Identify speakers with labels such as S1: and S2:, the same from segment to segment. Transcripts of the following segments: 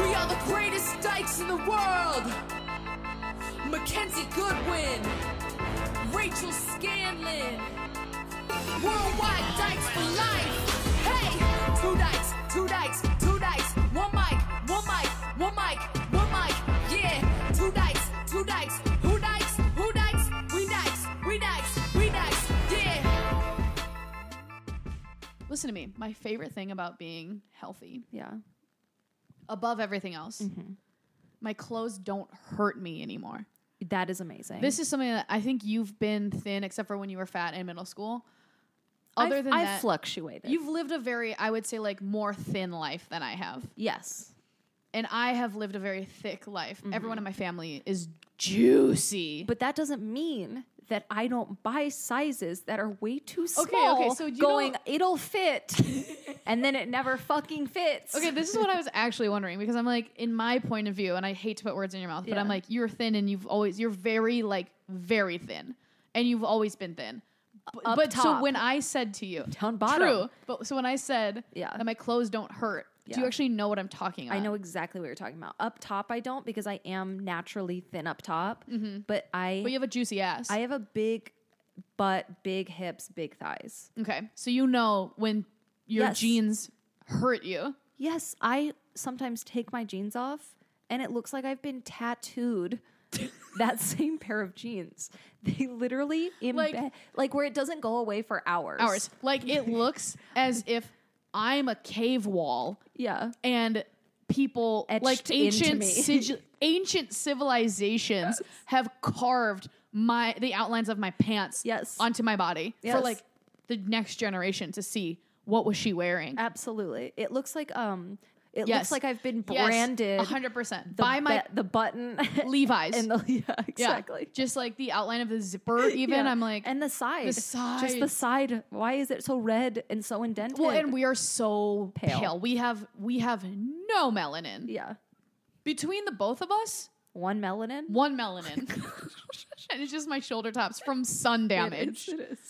S1: We are the greatest dykes in the world. Mackenzie Goodwin, Rachel Scanlon, Worldwide Dykes for Life. Hey, two dykes, two dykes, two dykes, one mic, one mic, one mic, one mic. Yeah, two dykes, two dykes, who dykes, who dykes, we dykes, we dykes, we dykes. Yeah.
S2: Listen to me. My favorite thing about being healthy,
S3: Yeah.
S2: above everything else,
S3: Mm-hmm.
S2: my clothes don't hurt me anymore.
S3: That is amazing.
S2: This is something that I think you've been thin, except for when you were fat in middle school. Other
S3: I've,
S2: than
S3: I've
S2: that,
S3: fluctuated.
S2: you've lived a very, I would say, like more thin life than I have,
S3: yes.
S2: and I have lived a very thick life.
S3: Mm-hmm.
S2: Everyone in my family is juicy.
S3: But that doesn't mean that I don't buy sizes that are way too small.
S2: okay, so you
S3: going,
S2: don't-
S3: it'll fit, and then it never fucking fits.
S2: Okay, this is what I was actually wondering because I'm like, in my point of view, and I hate to put words in your mouth, but I'm
S3: Yeah.
S2: like, you're thin and you've always, you're very, like, very thin. And you've always been thin. B-
S3: Up
S2: but so
S3: top.
S2: when I said to you,
S3: Down bottom.
S2: True. But so when I said
S3: Yeah.
S2: that my clothes don't hurt, do you
S3: Yeah.
S2: actually know what I'm talking about?
S3: I know exactly what you're talking about. Up top, I don't because I am naturally thin up top, but I
S2: But Mm-hmm. you have a juicy ass.
S3: I have a big butt, big hips, big thighs.
S2: okay. So you know when your
S3: Yes.
S2: jeans hurt you.
S3: Yes, I sometimes take my jeans off and it looks like I've been tattooed that same pair of jeans. They literally embed
S2: Like-
S3: like, where it doesn't go away for hours.
S2: Ours. Like, it looks as if I'm a cave wall
S3: Yeah.
S2: and people
S3: Etched
S2: like
S3: into
S2: ancient
S3: me.
S2: sig- ancient civilizations have carved my the outlines of my pants
S3: Yes.
S2: onto my body for
S3: Yes.
S2: like the next generation to see what was she wearing.
S3: Absolutely. Uh, It looks like um it
S2: Yes.
S3: looks like I've been
S2: Yes,
S3: branded
S2: 100%
S3: the
S2: by my
S3: bu- the button
S2: Levi's.
S3: and the yeah,
S2: Yeah.
S3: exactly.
S2: Just like the outline of the zipper even
S3: Yeah.
S2: I'm like
S3: and the side, just the
S2: side.
S3: side. Why is it so red and so indented?
S2: well and we are so pale.
S3: Pale.
S2: We have we have no melanin.
S3: yeah,
S2: Between the both of us,
S3: one melanin,
S2: one melanin. and it's just my shoulder tops from sun damage.
S3: It is.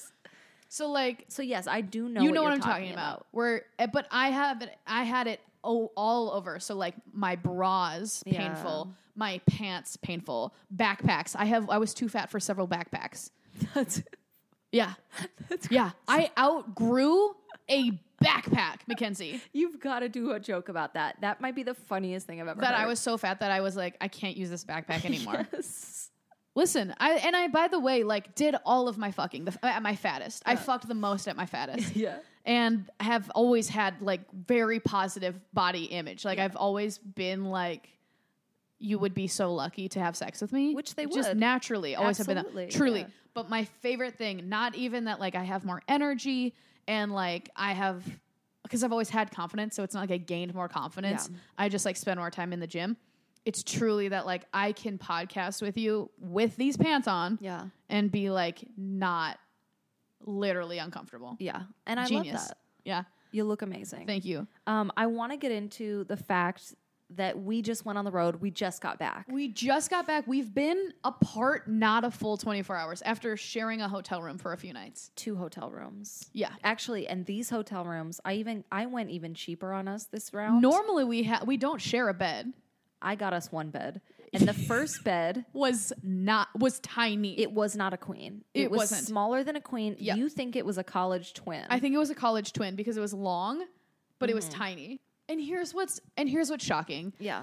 S2: So like
S3: So yes, I do know.
S2: you
S3: what
S2: know
S3: you're
S2: what, I'm talking, about. Where, eh, but I have it. I had it oh, all over. So like my bras
S3: Yeah.
S2: painful, my pants painful, backpacks. I have. I was too fat for several backpacks.
S3: That's,
S2: Yeah,
S3: that's
S2: yeah. I outgrew a backpack, Mackenzie.
S3: You've got to do a joke about that. That might be the funniest thing I've ever.
S2: That I
S3: heard.
S2: was so fat that I was like, I can't use this backpack anymore.
S3: Yes.
S2: Listen, I and I by the way like did all of my fucking the, at my fattest. I fucked the most at my fattest.
S3: Yeah.
S2: and have always had like very positive body image. Like I've always been like, you would be so lucky to have sex with me,
S3: Which they
S2: just
S3: would.
S2: naturally always have been
S3: Absolutely,
S2: that. Truly,
S3: yeah.
S2: but my favorite thing, not even that, like I have more energy and like I have because I've always had confidence, so it's not like I gained more confidence.
S3: Yeah.
S2: I just like spend more time in the gym. It's truly that like I can podcast with you with these pants on
S3: Yeah.
S2: and be like not literally uncomfortable.
S3: Yeah. And I
S2: Genius.
S3: love that.
S2: Yeah.
S3: You look amazing.
S2: Thank you.
S3: um, I want to get into the fact that we just went on the road. We just got back.
S2: We just got back. We've been apart not a full 24 hours after sharing a hotel room for a few nights.
S3: Two hotel rooms.
S2: Yeah.
S3: Actually, and these hotel rooms, I even I went even cheaper on us this round.
S2: Normally we ha- we don't share a bed.
S3: I got us one bed, and the first bed
S2: Was not was tiny.
S3: it was not a queen. It,
S2: It
S3: was
S2: wasn't.
S3: smaller than a queen.
S2: Yeah.
S3: You think it was a college twin?
S2: I think it was a college twin because it was long, but it was tiny. And here's what's and here's what's shocking.
S3: Mm-hmm. yeah.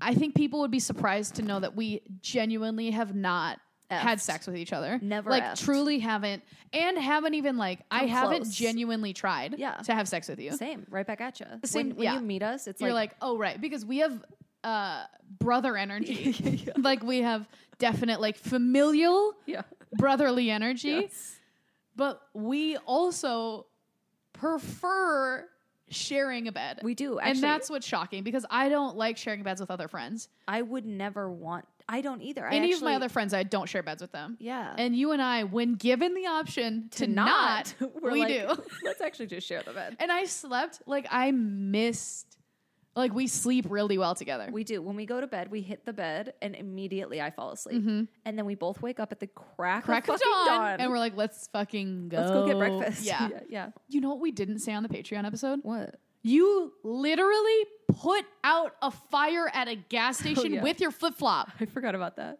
S2: I think people would be surprised to know that we genuinely have not had
S3: Effed.
S2: sex with each other.
S3: Never
S2: Like
S3: effed.
S2: truly haven't and haven't even like I
S3: Come
S2: haven't
S3: close.
S2: genuinely tried
S3: Yeah.
S2: to have sex with you.
S3: Same. Right back at you.
S2: Same-
S3: when when
S2: yeah.
S3: you meet us, it's
S2: You're
S3: like,
S2: like, oh right, because we have uh brother energy. Like we have definite like familial
S3: yeah,
S2: brotherly energy.
S3: Yes.
S2: But we also prefer sharing a bed.
S3: We do,
S2: and
S3: actually.
S2: that's what's shocking because I don't like sharing beds with other friends.
S3: I would never want. I don't either. I
S2: Any of my
S3: actually-
S2: other friends, I don't share beds with them.
S3: Yeah.
S2: And you and I, when given the option to, not,
S3: we're
S2: we
S3: like,
S2: do.
S3: Let's actually just share the bed.
S2: And I slept like I missed. Like we sleep really well together.
S3: We do. When we go to bed, we hit the bed, and immediately I fall asleep, and then we both wake up at the crack,
S2: Mm-hmm. crack
S3: of
S2: of
S3: fucking
S2: dawn,
S3: dawn,
S2: and we're like, let's fucking go.
S3: let's go get breakfast.
S2: Yeah.
S3: yeah, yeah.
S2: You know what we didn't say on the Patreon episode?
S3: What?
S2: You literally put out a fire at a gas station
S3: Oh, yeah.
S2: with your flip flop.
S3: I forgot about that.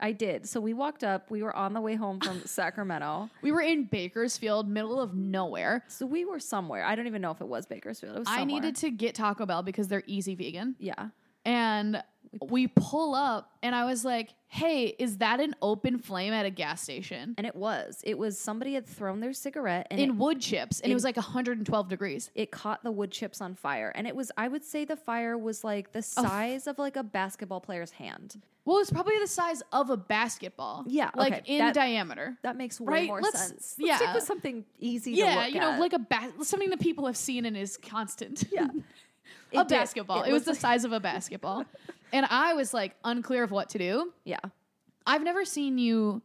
S3: I did. So we walked up. We were on the way home from Sacramento.
S2: We were in Bakersfield, middle of nowhere.
S3: So we were somewhere. I don't even know if it was Bakersfield. It was
S2: I
S3: somewhere.
S2: needed to get Taco Bell because they're easy vegan.
S3: Yeah.
S2: And we pull up, and I was like, hey, is that an open flame at a gas station?
S3: And it was. It was somebody had thrown their cigarette and
S2: In
S3: it,
S2: wood chips, and it was like 112 degrees.
S3: it caught the wood chips on fire. And it was, I would say the fire was like the size of like a basketball player's hand.
S2: Well, it's probably the size of a basketball.
S3: Yeah,
S2: Like
S3: okay.
S2: in
S3: That-
S2: diameter.
S3: That makes way
S2: Right,
S3: more
S2: let's-
S3: sense. Let's
S2: yeah.
S3: stick with something easy to
S2: yeah,
S3: look
S2: you know,
S3: at.
S2: like a bas- something that people have seen and is constant. Yeah.
S3: It
S2: a
S3: did.
S2: basketball. It, was
S3: looked
S2: the size of a basketball. and I was like unclear of what to do.
S3: like- yeah.
S2: I've never seen you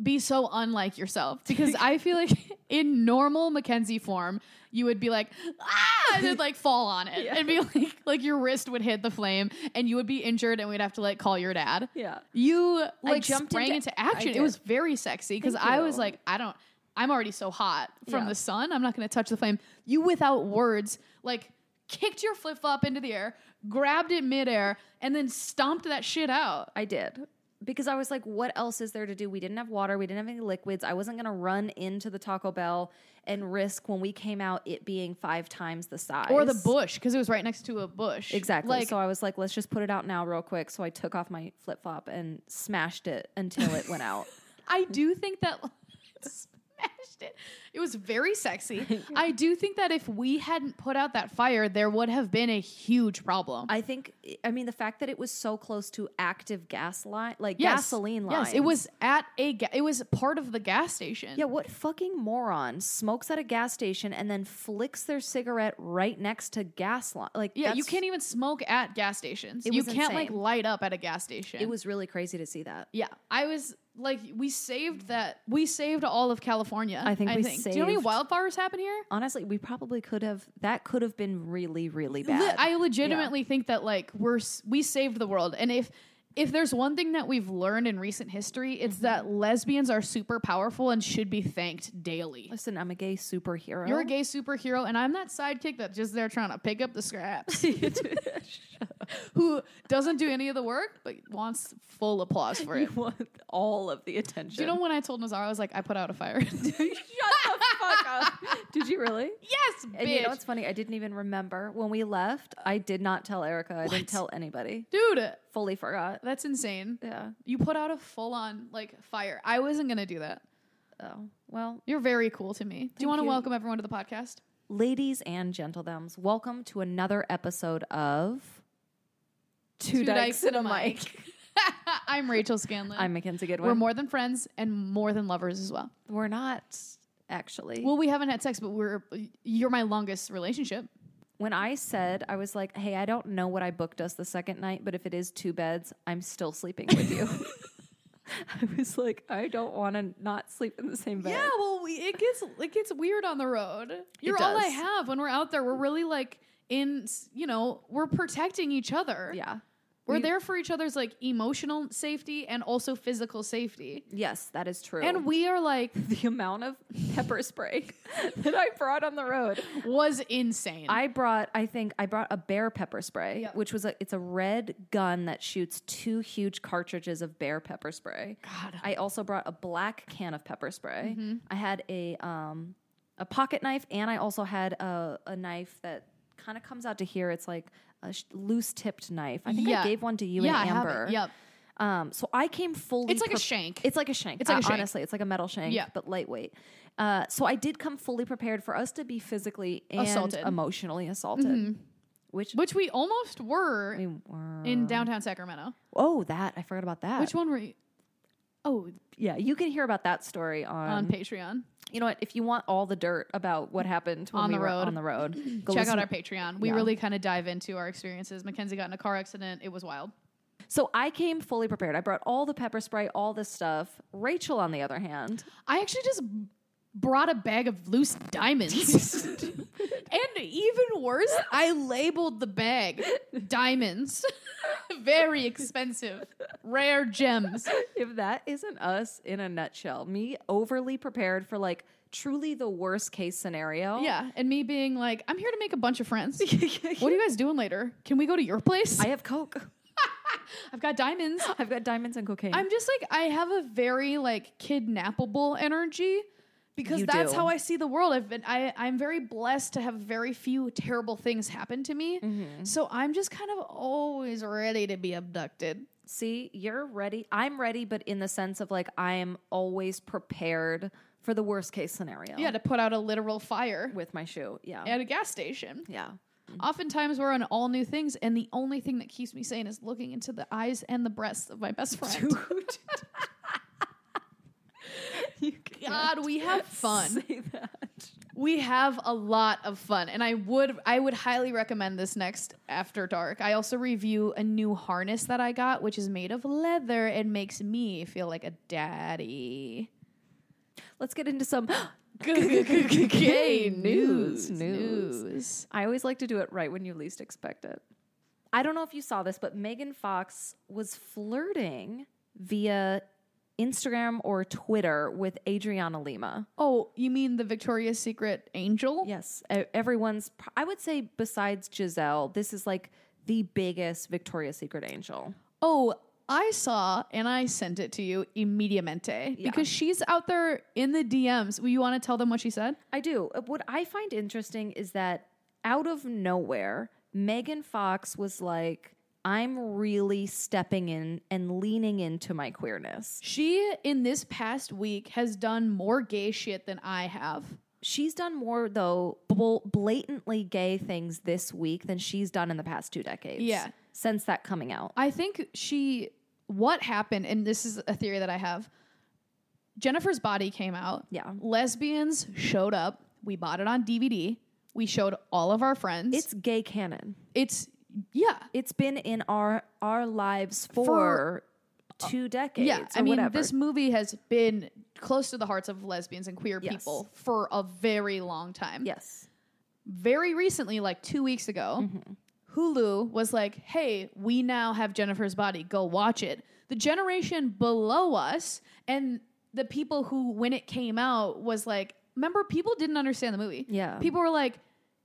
S2: be so unlike yourself because I feel like in normal Mackenzie form, you would be like, ah, and then like fall on it and be like, like your wrist would hit the flame and you would be injured and we'd have to like call your dad.
S3: Yeah.
S2: You like
S3: jumped
S2: sprang into,
S3: into- I
S2: action. It
S3: did.
S2: was very sexy because
S3: Thank
S2: I was
S3: you.
S2: like, I don't, I'm already so hot from
S3: Yeah.
S2: the sun. I'm not going to touch the flame. You, without words, like kicked your flip flop into the air, grabbed it midair, and then stomped that shit out.
S3: I did. Because I was like, what else is there to do? We didn't have water. We didn't have any liquids. I wasn't going to run into the Taco Bell and risk when we came out it being five times the size.
S2: or the bush because it was right next to a bush.
S3: Exactly.
S2: Like
S3: so I was like, let's just put it out now, real quick. So I took off my flip flop and smashed it until it went out.
S2: I do think that smashed it. It was very sexy. I do think that if we hadn't put out that fire, there would have been a huge problem.
S3: I think, I mean, the fact that it was so close to active gas line, like
S2: Yes.
S3: gasoline lines.
S2: Yes, it was at a. Ga- it was part of the gas station.
S3: Yeah, what fucking moron smokes at a gas station and then flicks their cigarette right next to gas line? Like,
S2: Yeah, you
S3: that's-
S2: can't even smoke at gas stations.
S3: It
S2: you
S3: was
S2: can't like
S3: insane.
S2: light up at a gas station.
S3: It was really crazy to see that.
S2: Yeah, I was like, we saved that. We saved all of California.
S3: I think we
S2: Do you know
S3: saved-
S2: how many wildfires happen here?
S3: Honestly, we probably could have. That could have been really, really
S2: Le-
S3: bad.
S2: I legitimately think that like we're s- we saved the world, and if if there's one thing that we've learned in recent history, it's
S3: Mm-hmm.
S2: that lesbians are super powerful and should be thanked daily.
S3: Listen, I'm a gay superhero.
S2: You're a gay superhero, and I'm that sidekick that's just there trying to pick up the scraps, who doesn't do any of the work but wants full applause for it.
S3: You want all of the attention.
S2: Do you know when I told Nazar I was like, I put out a fire?
S3: Shut the fuck up. Did you really?
S2: yes, bitch.
S3: And you know what's funny? I didn't even remember when we left. I did not tell Erica. I didn't tell anybody.
S2: Dude,
S3: Fully forgot.
S2: that's insane.
S3: Yeah.
S2: You put out a full on like fire. I wasn't gonna do that.
S3: Oh well,
S2: You're very cool to me. Do you want to
S3: you.
S2: welcome everyone to the podcast?
S3: ladies and gentlethems, welcome to another episode of Two,
S2: I'm Rachel Scanlon.
S3: I'm Mackenzie Goodwin.
S2: We're more than friends and more than lovers as well.
S3: We're not actually.
S2: Well, we haven't had sex, but we're you're my longest relationship.
S3: when I said I was like, "Hey, I don't know what I booked us the second night, but if it is two beds, I'm still sleeping with you." I was like, "I don't want to not sleep in the same bed."
S2: well, we, it gets it gets weird on the road. You're
S3: It
S2: all I
S3: does.
S2: have when we're out there. We're really like in you know we're protecting each other.
S3: Yeah.
S2: we're there for each other's like emotional safety and also physical safety.
S3: Yes, that is true.
S2: And we are like
S3: the amount of pepper spray that I brought on the road.
S2: was insane.
S3: I brought, I think, I brought a bear pepper spray, which was a, it's a red gun that shoots two huge cartridges of bear pepper spray. God. I also brought a black can of pepper spray.
S2: Mm-hmm.
S3: I had a um a pocket knife, and I also had a, a knife that kind of comes out to here. It's like a sh- loose tipped knife. I think
S2: Yeah.
S3: I gave one to you
S2: yeah, I
S3: and
S2: have it.
S3: Amber.
S2: Yep.
S3: Um, so I came fully.
S2: It's like a
S3: prep-
S2: shank.
S3: It's like a shank.
S2: It's like
S3: Uh,
S2: a shank.
S3: honestly, it's like a metal shank,
S2: Yeah.
S3: but lightweight. Uh, so I did come fully prepared for us to be physically and
S2: Assaulted. Mm-hmm.
S3: emotionally assaulted, which
S2: Which we almost were
S3: we were.
S2: in downtown Sacramento.
S3: oh, that I forgot about that.
S2: Which one were you? Oh,
S3: Yeah, you can hear about that story on,
S2: on Patreon.
S3: You know what? If you want all the dirt about what happened when
S2: On
S3: we
S2: the
S3: were
S2: road.
S3: on the road, go
S2: Check out
S3: listen-
S2: our Patreon. We
S3: Yeah.
S2: really kind of dive into our experiences. Mackenzie got in a car accident. It was wild.
S3: So I came fully prepared. I brought all the pepper spray, all this stuff. Rachel, on the other hand,
S2: I actually just brought a bag of loose diamonds. and even worse, I labeled the bag diamonds. Very expensive, rare gems.
S3: if that isn't us in a nutshell, me overly prepared for like truly the worst case scenario.
S2: Yeah, and me being like, I'm here to make a bunch of friends. what are you guys doing later? Can we go to your place?
S3: I
S2: I,
S3: have coke.
S2: have got diamonds.
S3: I've got diamonds and cocaine.
S2: I'm just like, I have a very like kidnappable energy because
S3: You
S2: that's
S3: do.
S2: how I see the world. I've been, I, I'm very blessed to have very few terrible things happen to me.
S3: Mm-hmm.
S2: So I'm just kind of always ready to be abducted.
S3: See, you're ready. I'm ready, but in the sense of like I'm always prepared for the worst case scenario.
S2: Yeah, to put out a literal fire
S3: with my shoe. Yeah.
S2: at a gas station.
S3: yeah.
S2: Oftentimes we're on all new things, and the only thing that keeps me sane is looking into the eyes and the breasts of my best friend. God, we have fun.
S3: Say that.
S2: We have a lot of fun, and I would I would highly recommend this next after dark. I also review a new harness that I got, which is made of leather and makes me feel like a daddy.
S3: Let's get into some
S2: Gay
S3: news,
S2: news,
S3: news.
S2: news.
S3: I always like to do it right when you least expect it. I don't know if you saw this, but Megan Fox was flirting via Instagram or Twitter with Adriana Lima.
S2: Oh, you mean the Victoria's Secret angel?
S3: Yes, e- everyone's. pr- I would say besides Giselle, this is like the biggest Victoria's Secret angel.
S2: Oh, I saw and I sent it to you immediatamente because she's out there in the DMs. Will you want to tell them what she said?
S3: I do. Uh, What I find interesting is that out of nowhere, Megan Fox was like, "I'm really stepping in and leaning into my queerness."
S2: She in this past week has done more gay shit than I have.
S3: She's done more though bl- blatantly gay things this week than she's done in the past two decades.
S2: Yeah.
S3: since that coming out.
S2: I think she what happened and this is a theory that I have. Jennifer's body came out.
S3: Yeah.
S2: Lesbians showed up. We bought it on DVD. We showed all of our friends.
S3: It's gay canon.
S2: it's yeah.
S3: It's been in our our lives for,
S2: For-
S3: two decades.
S2: Yeah, I
S3: or
S2: mean,
S3: whatever.
S2: this movie has been close to the hearts of lesbians and queer
S3: Yes.
S2: people for a very long time.
S3: Yes.
S2: Very recently, like two weeks ago,
S3: Mm-hmm.
S2: Hulu was like, hey, we now have Jennifer's Body. Go watch it. The generation below us and the people who, when it came out, was like, remember, people didn't understand the movie.
S3: Yeah.
S2: People were like,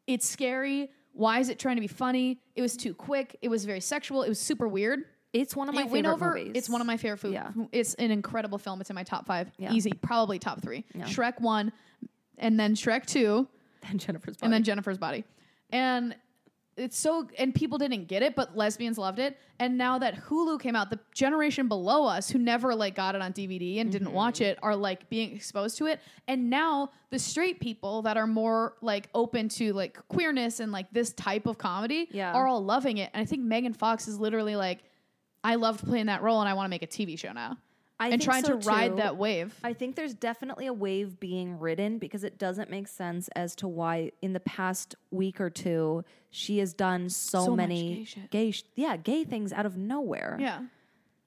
S2: it's scary. Why is it trying to be funny? It was too quick. It was very sexual. It was super weird.
S3: It's one of my
S2: It
S3: favorite
S2: went over.
S3: movies.
S2: It's one of my favorite food.
S3: Yeah.
S2: It's an incredible film. It's in my top five.
S3: Yeah.
S2: Easy, probably top three. Shrek one, and then Shrek two,
S3: and Jennifer's body.
S2: and then Jennifer's Body, and it's so. And people didn't get it, but lesbians loved it. And now that Hulu came out, the generation below us who never like got it on DVD and
S3: Mm-hmm.
S2: didn't watch it are like being exposed to it. And now the straight people that are more like open to like queerness and like this type of comedy
S3: Yeah.
S2: are all loving it. And I think Megan Fox is literally like. I loved playing that role and I want to make a TV show now.
S3: I
S2: and
S3: think
S2: trying
S3: so,
S2: to ride
S3: too.
S2: that wave.
S3: I think there's definitely a wave being ridden because it doesn't make sense as to why in the past week or two she has done so,
S2: So much
S3: many
S2: gay shit.
S3: sh- yeah, gay things out of nowhere.
S2: yeah.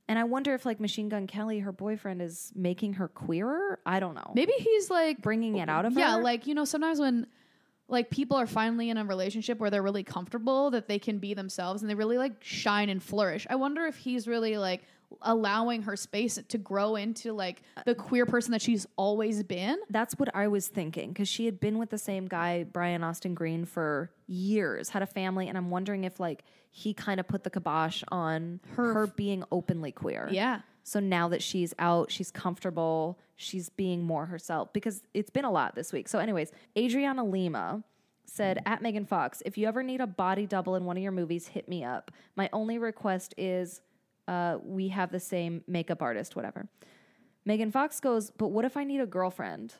S3: And I wonder if like Machine Gun Kelly, her boyfriend, is making her queerer. I don't know.
S2: Maybe he's like
S3: Bringing it out of
S2: Yeah,
S3: her.
S2: like you know sometimes when like people are finally in a relationship where they're really comfortable that they can be themselves and they really like shine and flourish. I wonder if he's really like allowing her space to grow into like
S3: Uh,
S2: the queer person that she's always been.
S3: That's what I was thinking because she had been with the same guy, Brian Austin Green, for years, had a family, and I'm wondering if like he kind of put the kibosh on her, being openly queer.
S2: Yeah.
S3: So now that she's out, she's comfortable, she's being more herself because it's been a lot this week. So, anyways, Adriana Lima said at Megan Fox, if you ever need a body double in one of your movies, hit me up. My only request is uh, we have the same makeup artist, whatever. Megan Fox goes, but what if I need a girlfriend?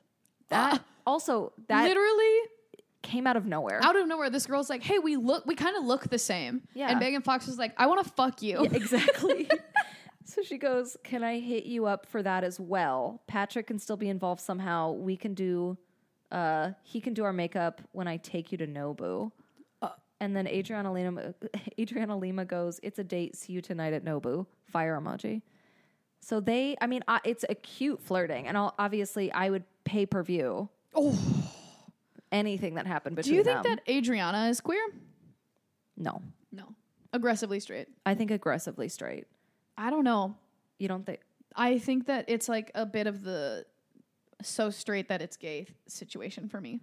S3: That also that
S2: Uh, Literally
S3: came out of nowhere.
S2: out of nowhere this girl's like, "Hey, we look we kind of look the same."
S3: Yeah.
S2: And Megan Fox was like, "I want to fuck you."
S3: exactly. So she goes, Can I hit you up for that as well? Patrick can still be involved somehow. We can do, uh, he can do our makeup when I take you to Nobu.
S2: Uh.
S3: and then Adriana Lima, Adriana Lima goes, It's a date. See you tonight at Nobu. Fire emoji. So they, I mean, I, it's acute flirting. And I'll, obviously, I would pay per view. Oh. Anything that happened
S2: Do
S3: between
S2: you think
S3: them.
S2: that Adriana is queer?
S3: No.
S2: No. Aggressively straight.
S3: I think aggressively straight.
S2: I don't know.
S3: You don't think.
S2: I think that it's like a bit of the so straight that it's gay th- situation for me.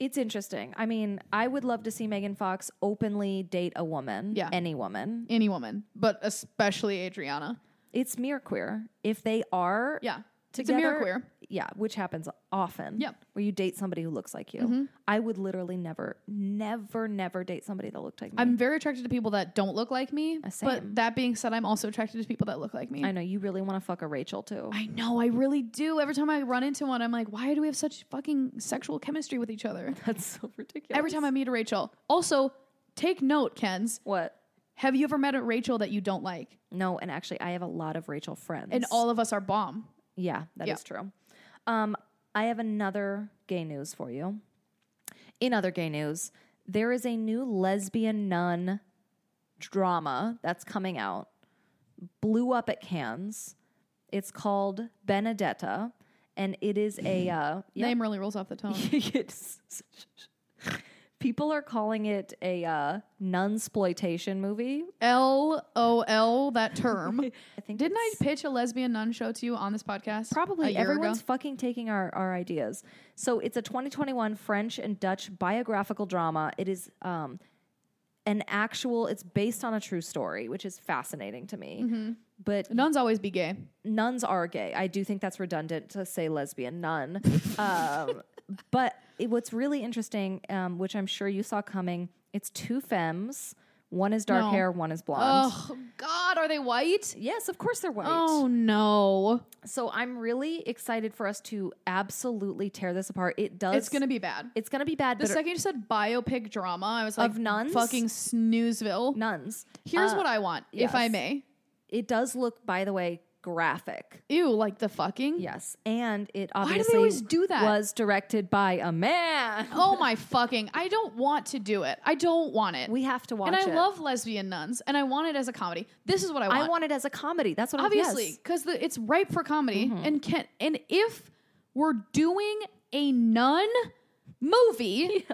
S3: It's interesting. I mean, I would love to see Megan Fox openly date a woman,
S2: Yeah.
S3: any woman.
S2: Any woman, but especially Adriana.
S3: It's mere queer. If they are,
S2: Yeah. It's a
S3: together,
S2: mirror queer.
S3: Yeah, which happens often.
S2: Yep.
S3: Where you date somebody who looks like you.
S2: Mm-hmm.
S3: I would literally never, never, never date somebody that looked like me.
S2: I'm very attracted to people that don't look like me.
S3: same.
S2: But that being said, I'm also attracted to people that look like me.
S3: I know you really want to fuck a Rachel too.
S2: I know, I really do. Every time I run into one, I'm like, why do we have such fucking sexual chemistry with each other?
S3: That's so ridiculous.
S2: Every time I meet a Rachel. Also, take note, Kens.
S3: What?
S2: Have you ever met a Rachel that you don't like?
S3: No, and actually, I have a lot of Rachel friends.
S2: And all of us are bomb.
S3: Yeah, that is
S2: Yeah.
S3: true. Um, I have another gay news for you. In other gay news, there is a new lesbian nun drama that's coming out. Blew up at Cannes. It's called Benedetta, and it is a uh, yeah,
S2: Name really rolls off the tongue.
S3: it's- people are calling it a uh, nun exploitation movie.
S2: L O L that term.
S3: I think
S2: Didn't I
S3: it's-
S2: pitch a lesbian nun show to you on this podcast? a
S3: Probably
S2: year ago?
S3: everyone's fucking taking our, our ideas. So it's a 2021 French and Dutch biographical drama. It is um, an actual. It's based on a true story, which is fascinating to me.
S2: Mm-hmm.
S3: But
S2: Nuns always be gay.
S3: nuns are gay. I do think that's redundant to say lesbian nun. um, but it, what's really interesting, um, which I'm sure you saw coming, it's two femmes. One is dark
S2: No.
S3: hair, one is blonde.
S2: Oh God, are they white?
S3: Yes, of course they're white.
S2: Oh no,
S3: So I'm really excited for us to absolutely tear this apart. It does.
S2: it's gonna be bad.
S3: It's gonna be bad.
S2: The
S3: but
S2: second you said biopic drama, I was like,
S3: Of nuns?
S2: fucking snoozeville.
S3: nuns.
S2: Here's
S3: Uh,
S2: what I want, if I
S3: yes.
S2: may.
S3: It does look, by the way, graphic.
S2: Ew, like the fucking.
S3: Yes, and
S2: do
S3: it
S2: they
S3: obviously
S2: always do that?
S3: was directed by a man.
S2: Oh my fucking! I don't want to do it. I don't want it.
S3: We have to watch.
S2: and I
S3: it.
S2: love lesbian nuns, and I want it as a comedy. This is what I want.
S3: I want it as a comedy. That's what
S2: obviously
S3: Yes.
S2: because it's ripe for comedy and can and if we're doing a nun movie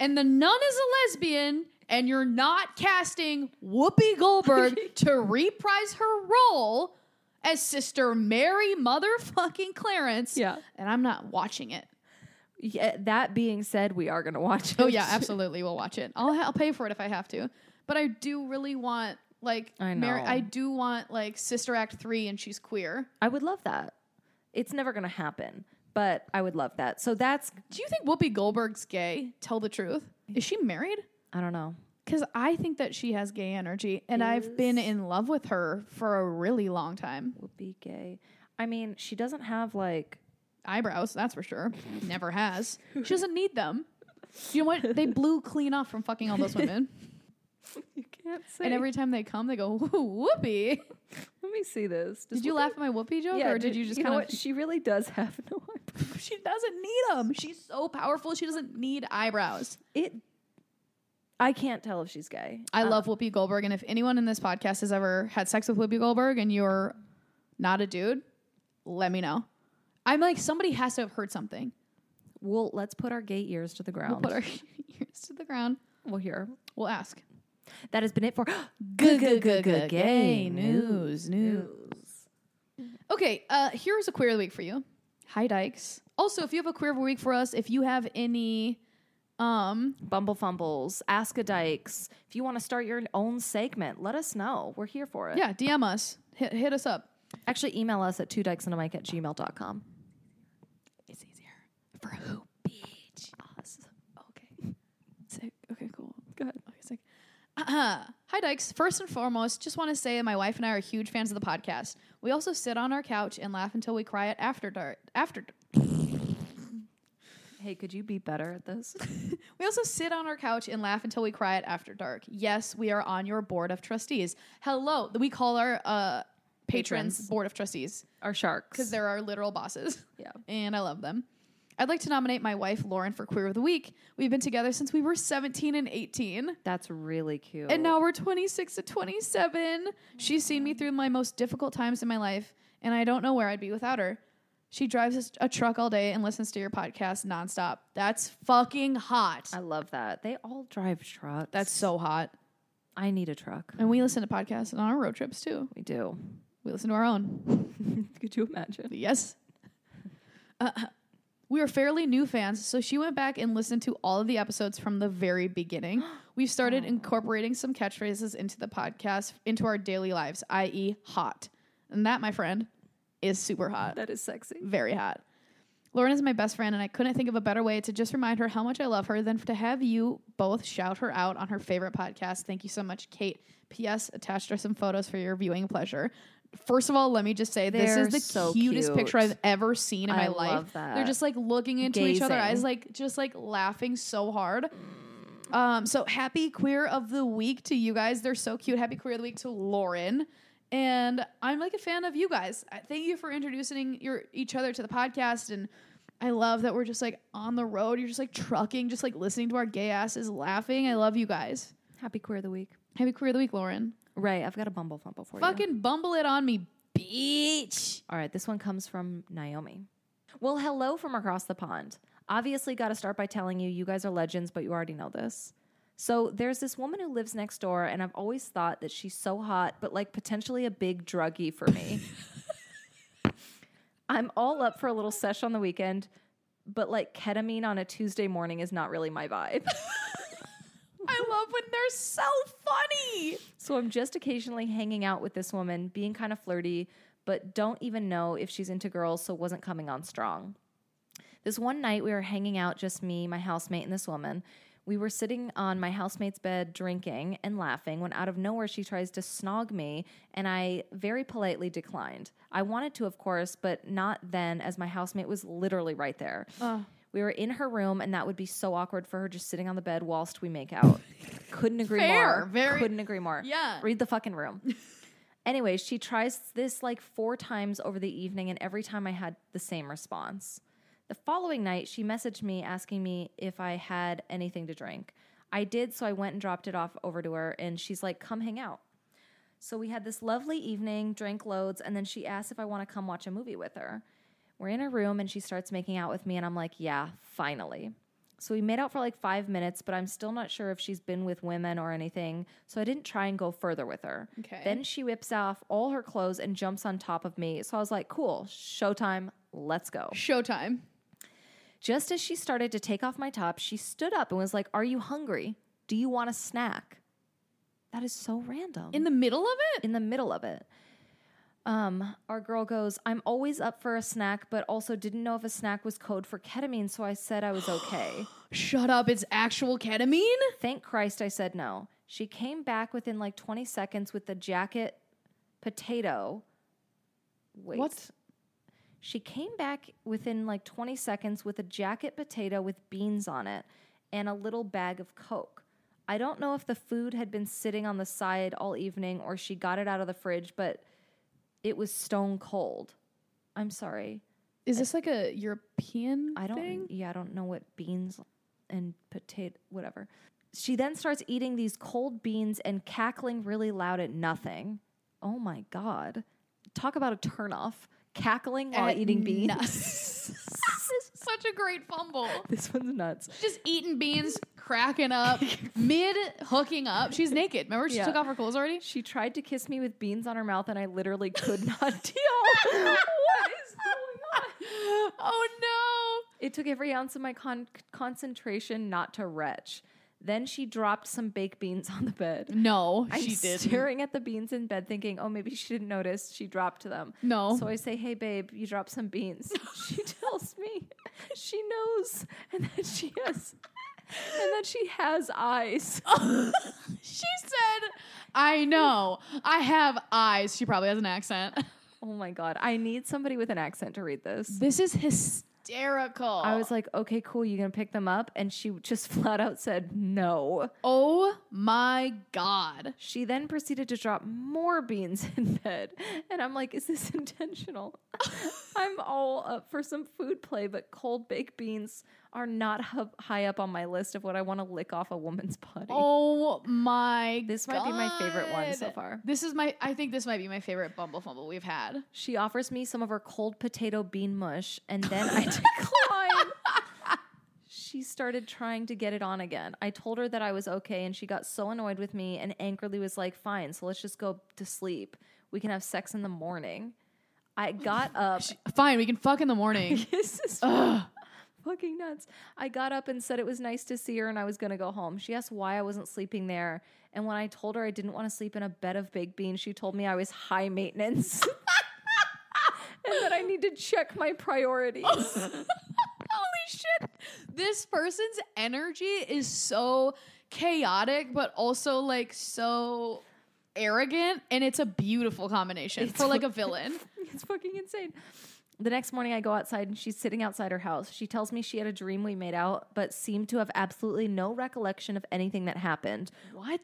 S2: and the nun is a lesbian and you're not casting whoopi goldberg to reprise her role as sister mary motherfucking clarence
S3: Yeah.
S2: and i'm not watching it
S3: Yeah, that being said, we are gonna watch. it.
S2: oh yeah absolutely we'll watch it I'll, I'll pay for it if i have to but i do really want like
S3: I
S2: Mary,
S3: know.
S2: I do want like Sister Act three, and she's queer.
S3: I would love that. It's never gonna happen, but I would love that. So that's
S2: Do you think Whoopi Goldberg's gay? Tell the truth. Is she married?
S3: I don't know.
S2: Because I think that she has gay energy, and I've been in love with her for a really long time.
S3: Would be gay. I mean, she doesn't have like
S2: Eyebrows, that's for sure. Never has. She doesn't need them. You know what? They blew clean off from fucking all those women.
S3: You can't say.
S2: and every time they come, they go, "Ooh, whoopee.
S3: Let me see this. Does
S2: Did you
S3: Whoopi-
S2: laugh at my whoopee joke, or did you just
S3: know
S2: kind
S3: what? She really does have no eyebrows.
S2: of. She doesn't need them. She's so powerful. She doesn't need eyebrows.
S3: It. I can't tell if she's gay.
S2: I love Whoopi Goldberg, and if anyone in this podcast has ever had sex with Whoopi Goldberg and you're not a dude, let me know. I'm like somebody has to have heard something.
S3: Well, let's put our gay ears to the ground.
S2: We'll put our ears to the ground.
S3: We'll hear.
S2: We'll ask.
S3: That has been it for
S2: Good, good, good, good. Gay news, news. Okay, uh, here's a queer of the week for you. Hi, Dykes. Also, if you have a queer of the week for us, if you have any, um,
S3: Bumble fumbles, ask a dykes. If you want to start your own segment, let us know. We're here for it.
S2: yeah, DM us. Hit, hit us up.
S3: Actually, email us at two dykes and a mic at gmail.com.
S2: It's easier for who? Beach. Awesome. Okay. Sick. Okay. Cool. Go ahead. Okay. Sick. Uh-huh. Hi, Dykes. First and foremost, just want to say my wife and I are huge fans of the podcast. We also sit on our couch and laugh until we cry at After Dark. After
S3: Hey, could you be better at this?
S2: we also sit on our couch and laugh until we cry at After Dark. Yes, we are on your board of trustees. Hello, we call our uh, patrons,
S3: Patrons.
S2: board of trustees
S3: Our sharks.
S2: because they're our literal bosses.
S3: Yeah.
S2: And I love them. I'd like to nominate my wife, Lauren, for Queer of the Week. We've been together since we were 17 and 18.
S3: That's really cute.
S2: And now we're 26 to 27. She's seen me through my most difficult times in my life, and I don't know where I'd be without her. She drives a truck all day and listens to your podcast nonstop. That's fucking hot.
S3: I love that. They all drive trucks.
S2: That's so hot.
S3: I need a truck.
S2: And we listen to podcasts on our road trips too.
S3: We do.
S2: We listen to our own.
S3: Could you imagine?
S2: Yes. Uh, we are fairly new fans, so she went back and listened to all of the episodes from the very beginning. We've started incorporating some catchphrases into the podcast, into our daily lives, i.e., hot. And that, my friend, is super hot.
S3: That is sexy.
S2: Very hot. Lauren is my best friend, and I couldn't think of a better way to just remind her how much I love her than to have you both shout her out on her favorite podcast. Thank you so much, Kate. P.S. Attached are some photos for your viewing pleasure. First of all, let me just say this
S3: They're
S2: is the
S3: so
S2: cutest
S3: cute.
S2: picture I've ever seen in my
S3: I
S2: life.
S3: love that.
S2: They're just like looking into each other's
S3: Gazing.
S2: eyes, like just like laughing so hard. Um, so happy queer of the week to you guys. They're so cute. Happy queer of the week to Lauren. And I'm like a fan of you guys. I- Thank you for introducing your each other to the podcast. And I love that we're just like on the road. You're just like trucking, just like listening to our gay asses laughing. I love you guys.
S3: Happy queer of the week.
S2: Happy queer of the week, Lauren.
S3: Ray, I've got a bumble fumble for you.
S2: Fucking bumble it on me, bitch.
S3: All right, this one comes from Naomi. Well, hello from across the pond. Obviously, got to start by telling you, you guys are legends, but you already know this. So, there's this woman who lives next door, and I've always thought that she's so hot, but like potentially a big druggie for me. I'm all up for a little sesh on the weekend, but like ketamine on a Tuesday morning is not really my vibe.
S2: I love when they're so funny.
S3: So I'm just occasionally hanging out with this woman, being kind of flirty, but don't even know if she's into girls, so wasn't coming on strong. This one night we were hanging out, just me, my housemate, and this woman. We were sitting on my housemate's bed drinking and laughing when out of nowhere she tries to snog me, and I very politely declined. I wanted to, of course, but not then, as my housemate was literally right there. We were in her room, and that would be so awkward for her just sitting on the bed whilst we make out. Couldn't agree
S2: Fair,
S3: more.
S2: very-
S3: Couldn't agree more.
S2: Yeah.
S3: Read the fucking room. Anyway, she tries this like four times over the evening, and every time I had the same response. The following night, she messaged me asking me if I had anything to drink. I did, so I went and dropped it off over to her, and she's like, come hang out. So we had this lovely evening, drank loads, and then she asked if I want to come watch a movie with her. We're in her room and she starts making out with me, and I'm like, yeah, finally. So we made out for like five minutes, but I'm still not sure if she's been with women or anything. So I didn't try and go further with her.
S2: Okay.
S3: Then she whips off all her clothes and jumps on top of me. So I was like, cool, showtime, let's go.
S2: Showtime.
S3: Just as she started to take off my top, she stood up and was like, Are you hungry? Do you want a snack? That is so random
S2: In the middle of it?
S3: in the middle of it. Um, our girl goes, I'm always up for a snack, but also didn't know if a snack was code for ketamine, so I said I was okay.
S2: Shut up, it's actual ketamine?
S3: Thank Christ I said no. She came back within like 20 seconds with the jacket potato. Wait.
S2: What?
S3: She came back within like 20 seconds with a jacket potato with beans on it and a little bag of Coke. I don't know if the food had been sitting on the side all evening or she got it out of the fridge, but it was stone cold. I'm sorry.
S2: Is this like a European
S3: I don't.
S2: thing?
S3: Yeah, I don't know what beans and potato, whatever. She then starts eating these cold beans and cackling really loud at nothing. Oh my god! Talk about a turnoff. Cackling while
S2: At
S3: eating beans.
S2: Such a great fumble.
S3: this one's nuts.
S2: Just eating beans, cracking up, mid hooking up. She's naked. Remember, she
S3: Yeah.
S2: took off her clothes already?
S3: She tried to kiss me with beans on her mouth, and I literally could not deal. what is going on?
S2: Oh
S3: It took every ounce of my con- concentration not to retch. Then she dropped some baked beans on the bed.
S2: no. No,
S3: I'm
S2: she did.
S3: staring at the beans in bed, thinking, "Oh, maybe she didn't notice. She dropped them."
S2: No.
S3: So I say, "Hey, babe, you dropped some beans." she tells me she knows, and then she has, and then she has eyes.
S2: she said, I know. I have eyes. She probably has an accent.
S3: oh my god! I need somebody with an accent to read this.
S2: This is hysterical. hysterical.
S3: I was like, okay, cool, you gonna pick them up? And she just flat out said no.
S2: oh my god.
S3: She then proceeded to drop more beans in bed. And I'm like, is this intentional? I'm all up for some food play, but cold baked beans are not hu- high up on my list of what I want to lick off a woman's body.
S2: Oh my
S3: This might be my favorite one so
S2: God.
S3: far.
S2: This is my I think this might be my favorite Bumble Fumble we've had.
S3: She offers me some of her cold potato bean mush, and then I decline. she started trying to get it on again. I told her that I was okay, and she got so annoyed with me and angrily was like, Fine, so let's just go to sleep. We can have sex in the morning. I got up.
S2: Fine, we can fuck in the morning.
S3: this is fucking nuts. I got up and said it was nice to see her and I was going to go home. She asked why I wasn't sleeping there. And when I told her I didn't want to sleep in a bed of baked beans, she told me I was high maintenance and that I need to check my priorities.
S2: Holy shit. This person's energy is so chaotic, but also like so arrogant, and it's a beautiful combination for like a villain.
S3: it's fucking insane. The next morning, I go outside and she's sitting outside her house. She tells me she had a dream we made out, but seemed to have absolutely no recollection of anything that happened.
S2: What?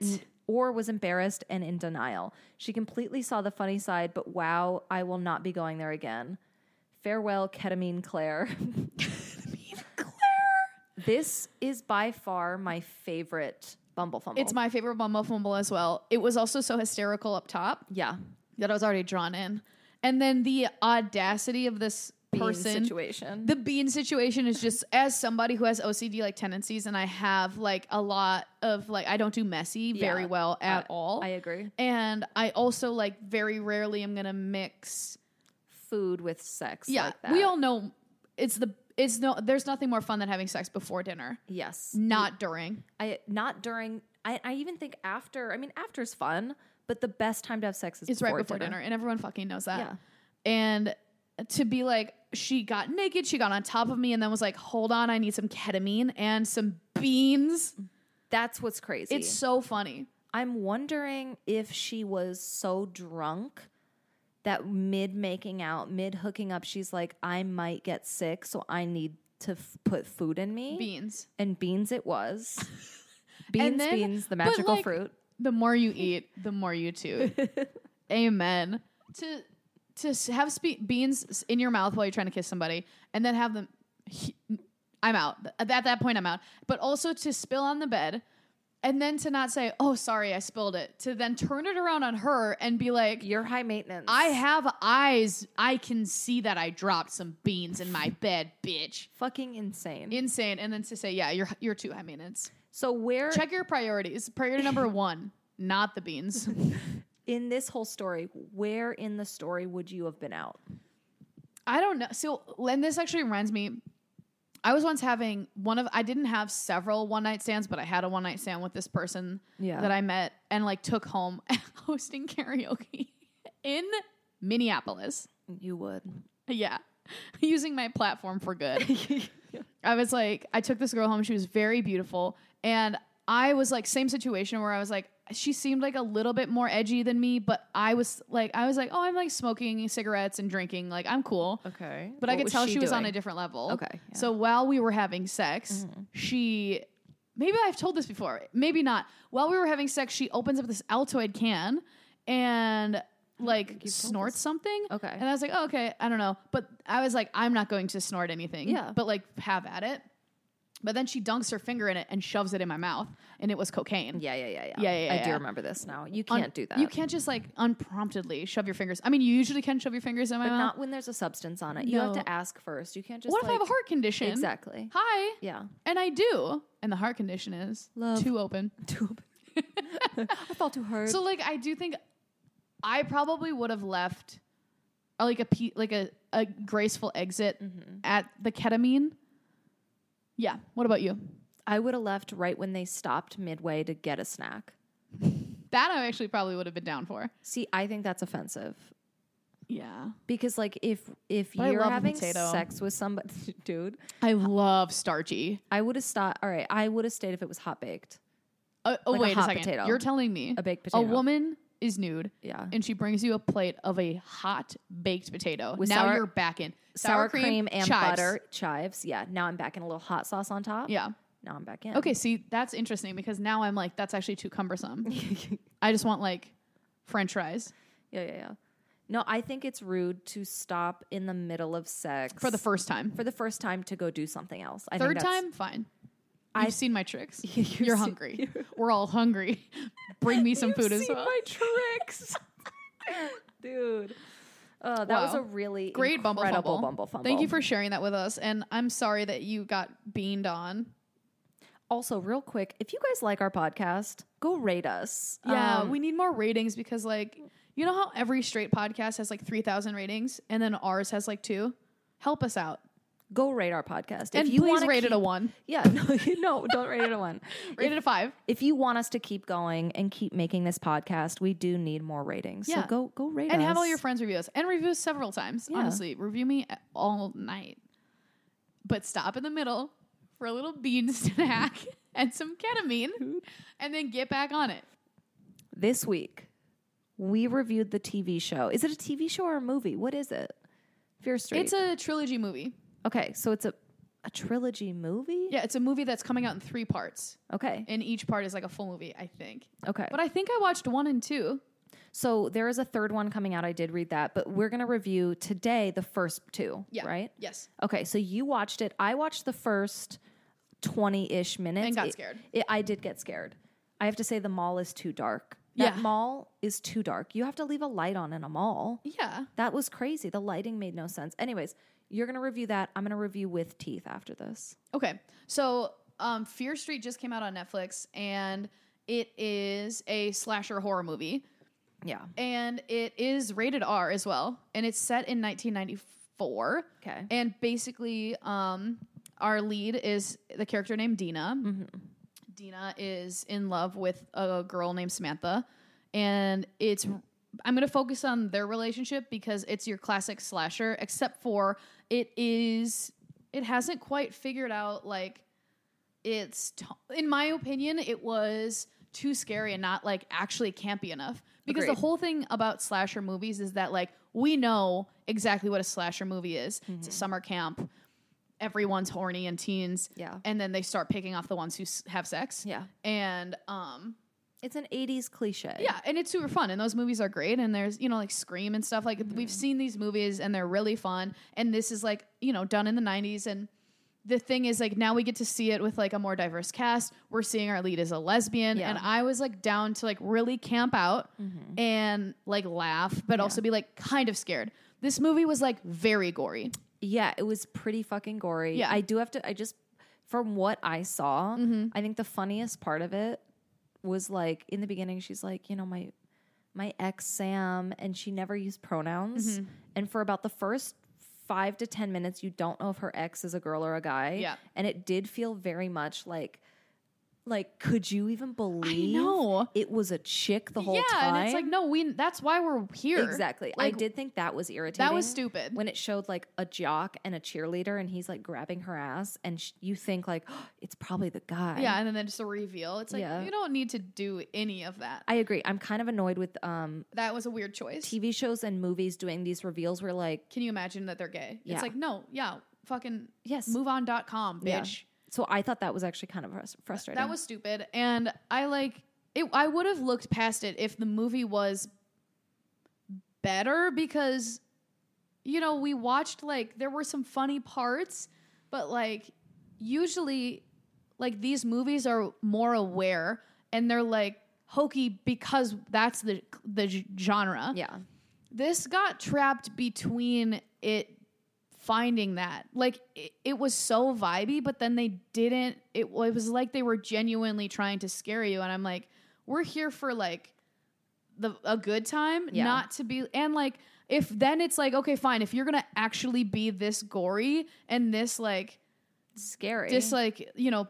S3: or was embarrassed and in denial. She completely saw the funny side, but wow, I will not be going there again. Farewell, ketamine Claire.
S2: Claire.
S3: this is by far my favorite Bumble Fumble.
S2: It's my favorite Bumble Fumble as well. It was also so hysterical up top
S3: yeah
S2: that I was already drawn in. And then the audacity of this
S3: bean
S2: person
S3: situation.
S2: the bean situation is just as somebody who has OCD like tendencies and I have like a lot of like I don't do messy very
S3: Yeah,
S2: well at
S3: I-
S2: all.
S3: I agree.
S2: And I also like very rarely am going to mix
S3: Food with sex.
S2: Yeah,
S3: like that.
S2: we all know it's the it's no there's nothing more fun than having sex before dinner,
S3: yes.
S2: not during.
S3: I not during. I, I even think after. I mean, after is fun, but the best time to have sex is
S2: It's
S3: before
S2: right before dinner. and everyone fucking knows that.
S3: Yeah.
S2: And to be like, she got naked, she got on top of me, and then was like, hold on, I need some ketamine and some beans.
S3: That's what's crazy.
S2: It's so funny.
S3: I'm wondering if she was so drunk that mid making out, mid hooking up, she's like, I might get sick, so I need to f- put food in me.
S2: Beans.
S3: And beans, it was. beans,
S2: then-
S3: beans, the
S2: but,
S3: magical
S2: like,
S3: fruit.
S2: The more you eat, the more you toot. Amen. To to s- have spe- beans s- in your mouth while you're trying to kiss somebody, and then have them. he- I'm out. At that- that point, I'm out. But also to spill on the bed, and then to not say, "Oh, sorry, I spilled it." To then turn it around on her and be like,
S3: You're high maintenance.
S2: "I have eyes. I can see that I dropped some beans in my bed, bitch."
S3: fucking insane.
S2: Insane. And then to say, "Yeah, you're you're too high maintenance."
S3: so where
S2: Check your priorities. Priority number one, not the beans.
S3: in this whole story, where in the story would you have been out?
S2: I don't know. So, and this actually reminds me. I was once having one of I didn't have several one night stands, but I had a one night stand with this person
S3: Yeah.
S2: that I met and like took home hosting karaoke in Minneapolis.
S3: You would.
S2: Yeah. Using my platform for good. I was like, I took this girl home. She was very beautiful. And I was like, same situation where I was like, she seemed like a little bit more edgy than me, but I was like, I was like, oh, I'm like smoking cigarettes and drinking. Like, I'm cool.
S3: Okay.
S2: But I
S3: What
S2: could tell she, was on
S3: doing?
S2: a different level.
S3: Okay, yeah. Mm-hmm.
S2: So while we were having sex, she maybe I've told this before, maybe not. While we were having sex, she opens up this Altoid can and like snorts something.
S3: Okay.
S2: And I was like, oh, okay, I don't know. But I was like, I'm not going to snort anything.
S3: Yeah.
S2: But like, have at it. But then she dunks her finger in it and shoves it in my mouth, and it was cocaine.
S3: Yeah, yeah, yeah, yeah.
S2: Yeah, yeah,
S3: I
S2: yeah,
S3: do
S2: yeah.
S3: remember this now. You
S2: Un-
S3: can't do that.
S2: You can't just like unpromptedly shove your fingers. I mean, you usually can shove your fingers in my
S3: But
S2: mouth.
S3: not when there's a substance on it. You have
S2: No.
S3: to ask first. You can't just.
S2: what if I have a
S3: like-
S2: heart condition?
S3: Exactly.
S2: Hi.
S3: Yeah.
S2: And I do. And the heart condition is
S3: Love.
S2: too open.
S3: I felt too hard.
S2: So like I do think I probably would have left uh, like a pe- like a, a graceful exit
S3: Mm-hmm.
S2: at the ketamine. Yeah. What about you?
S3: I would have left right when they stopped midway to get a snack.
S2: That I actually probably would have been down for.
S3: See, I think that's offensive
S2: Yeah.
S3: because, like, if if
S2: But I
S3: you're
S2: love a
S3: having
S2: potato.
S3: sex with somebody, dude,
S2: I love starchy.
S3: I would have stopped. All right, I would have stayed if it was hot baked.
S2: Uh, oh
S3: Like a
S2: wait a,
S3: hot
S2: second.
S3: potato.
S2: You're telling me
S3: A baked
S2: a
S3: potato.
S2: woman is nude.
S3: Yeah.
S2: And she brings you a plate of a hot baked potato.
S3: With
S2: now
S3: sour-
S2: you're back in
S3: Sour cream, and
S2: chives.
S3: butter, chives. Yeah. Now I'm back in a little hot sauce on top.
S2: Yeah.
S3: Now I'm back in.
S2: Okay, see, that's interesting because now I'm like, that's actually too cumbersome. I just want like French fries
S3: Yeah, yeah, yeah. No, I think it's rude to stop in the middle of sex
S2: for the first time.
S3: for the first time to go do something else. I
S2: Third
S3: think that's-
S2: time, fine. I've
S3: I-
S2: seen my tricks.
S3: You've
S2: You're
S3: seen-
S2: hungry. We're all hungry. Bring me some
S3: You've
S2: food as
S3: seen
S2: well.
S3: my tricks, dude. Oh, that was
S2: Wow.
S3: a really
S2: Great bumble
S3: incredible
S2: fumble.
S3: bumble fumble.
S2: Thank you for sharing that with us. And I'm sorry that you got beaned on.
S3: also real quick. If you guys like our podcast, go rate us.
S2: Yeah,
S3: Um,
S2: we need more ratings because like you know how every straight podcast has like 3000 ratings and then ours has like 2. Help us out.
S3: go rate our podcast.
S2: And
S3: if you
S2: please
S3: wanna
S2: rate it a
S3: keep-
S2: 1.
S3: Yeah, no, no, don't rate it a one.
S2: Rate it a 5.
S3: If you want us to keep going and keep making this podcast, we do need more ratings.
S2: Yeah.
S3: So go go rate us
S2: And have all your friends review us and review us several times.
S3: Yeah.
S2: Honestly, review me all night. But stop in the middle for a little bean snack and some ketamine and then get back on it.
S3: this week we reviewed the TV show. Is it a TV show or a movie? What is it? Fear Street.
S2: It's a trilogy movie.
S3: okay, so it's a a trilogy movie.
S2: Yeah, it's a movie that's coming out in three parts.
S3: Okay.
S2: And each part is like a full movie, I think.
S3: Okay.
S2: But I think I watched one and two.
S3: so there is a third one coming out. I did read that, but we're gonna review today the first two.
S2: Yeah.
S3: Right.
S2: Yes.
S3: Okay. So you watched it. I watched the first twenty-ish minutes
S2: And got
S3: It-
S2: scared.
S3: it- I did get scared. I have to say the mall is too dark. That
S2: Yeah.
S3: mall is too dark. You have to leave a light on in a mall.
S2: Yeah.
S3: That was crazy. The lighting made no sense. Anyways, you're going to review that. I'm going to review with teeth after this.
S2: Okay. So, um, Fear Street just came out on Netflix, and it is a slasher horror movie,
S3: Yeah.
S2: and it is rated R as well, and it's set in 1994.
S3: Okay.
S2: And basically, um, our lead is the character named Dina. Dina is in love with a girl named Samantha, and it's. I'm going to focus on their relationship because it's your classic slasher, except for it is. It hasn't quite figured out like it's t- in my opinion it was too scary and not like actually campy enough because the
S3: Agreed.
S2: whole thing about slasher movies is that like we know exactly what a slasher movie is
S3: Mm-hmm.
S2: it's a summer camp everyone's horny and teens
S3: Yeah.
S2: and then they start picking off the ones who s- have sex
S3: Yeah.
S2: and um
S3: It's an 80s cliche.
S2: yeah and it's super fun and those movies are great and there's you know like scream and stuff like
S3: Mm-hmm.
S2: we've seen these movies and they're really fun and this is like you know done in the 90s and the thing is like now we get to see it with like a more diverse cast we're seeing our lead as a lesbian
S3: Yeah. Mm-hmm.
S2: and i was like down to like really camp out and like laugh but also be like kind of scared this movie was like very gory
S3: Yeah. It was pretty fucking gory.
S2: Yeah.
S3: I do have to, I just, from what I saw,
S2: Mm-hmm.
S3: I think the funniest part of it was like in the beginning, she's like, you know, my, my ex Sam, and she never used pronouns. And for about the first five to 10 minutes, you don't know if her ex is a girl or a guy.
S2: Yeah.
S3: And it did feel very much like, like, could you even believe
S2: know.
S3: it was a chick the whole
S2: yeah
S3: time?
S2: and it's like no we that's why we're here
S3: Exactly.
S2: Like,
S3: I did think that was irritating.
S2: that was stupid
S3: When it showed like a jock and a cheerleader, and he's like grabbing her ass, and sh- you think like "Oh, it's probably the guy.
S2: yeah and then just a reveal it's like
S3: Yeah.
S2: you don't need to do any of that
S3: I agree. I'm kind of annoyed with um,
S2: that was a weird choice
S3: TV shows and movies doing these reveals where like
S2: can you imagine that they're gay?
S3: Yeah.
S2: It's like, no, yeah, fucking
S3: yes,
S2: moveon.com, bitch.
S3: Yeah. So I thought that was actually kind of frus- frustrating.
S2: That was stupid. And I like it I would have looked past it if the movie was better because you know, we watched like there were some funny parts, but like usually like these movies are more aware and they're like hokey because that's the the g- genre.
S3: yeah,
S2: this got trapped between it finding that like it, it was so vibey but then they didn't it, wa- it was like they were genuinely trying to scare you and i'm like we're here for like the a good time
S3: Yeah.
S2: not to be and like if then it's like okay fine if you're gonna actually be this gory and this like
S3: scary.
S2: this like you know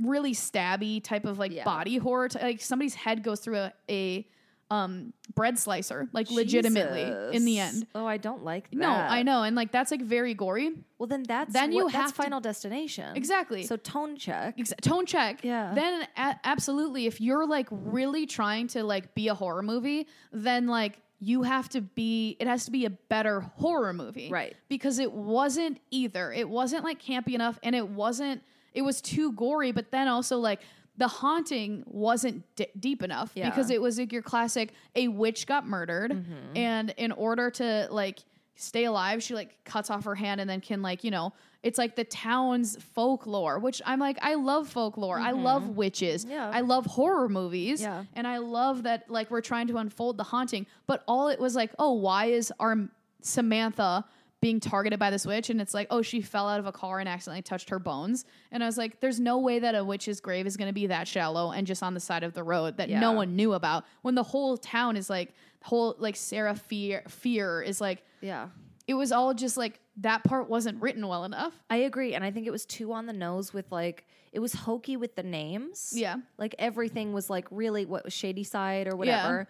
S2: really stabby type of like
S3: Yeah.
S2: body horror t- like somebody's head goes through a, a um bread slicer, like legitimately in the
S3: Jesus.
S2: end.
S3: Oh, I don't like that.
S2: No, I know, and like that's like very gory.
S3: Well, then that's
S2: Then
S3: then
S2: you
S3: you that's
S2: have to-
S3: Final Destination.
S2: Exactly.
S3: So tone check.
S2: Ex- tone check.
S3: Yeah.
S2: Then a- absolutely, if you're like really trying to like be a horror movie, then like you have to be. It has to be a better horror movie,
S3: Right.
S2: Because it wasn't either. It wasn't like campy enough, and it wasn't. It was too gory, but then also like the haunting wasn't d- deep enough
S3: Yeah. Mm-hmm.
S2: because it was like your classic. A witch got murdered, and in order to like stay alive, she like cuts off her hand and then can like you know. It's like the town's folklore, which I'm like, I love folklore. I love witches.
S3: Mm-hmm. Yeah.
S2: I love horror movies.
S3: Yeah.
S2: And I love that like we're trying to unfold the haunting, but all it was like, oh, why is our M- Samantha being targeted by this witch? And it's like, oh, she fell out of a car and accidentally touched her bones. And I was like, there's no way that a witch's grave is going to be that shallow and just on the side of the road that no
S3: Yeah.
S2: one knew about when the whole town is like whole like Sarah fear fear is like
S3: Yeah.
S2: it was all just like that part wasn't written well enough.
S3: I agree. And I think it was too on the nose with like, it was hokey with the names.
S2: Yeah.
S3: Like everything was like really what was Shady Side or whatever.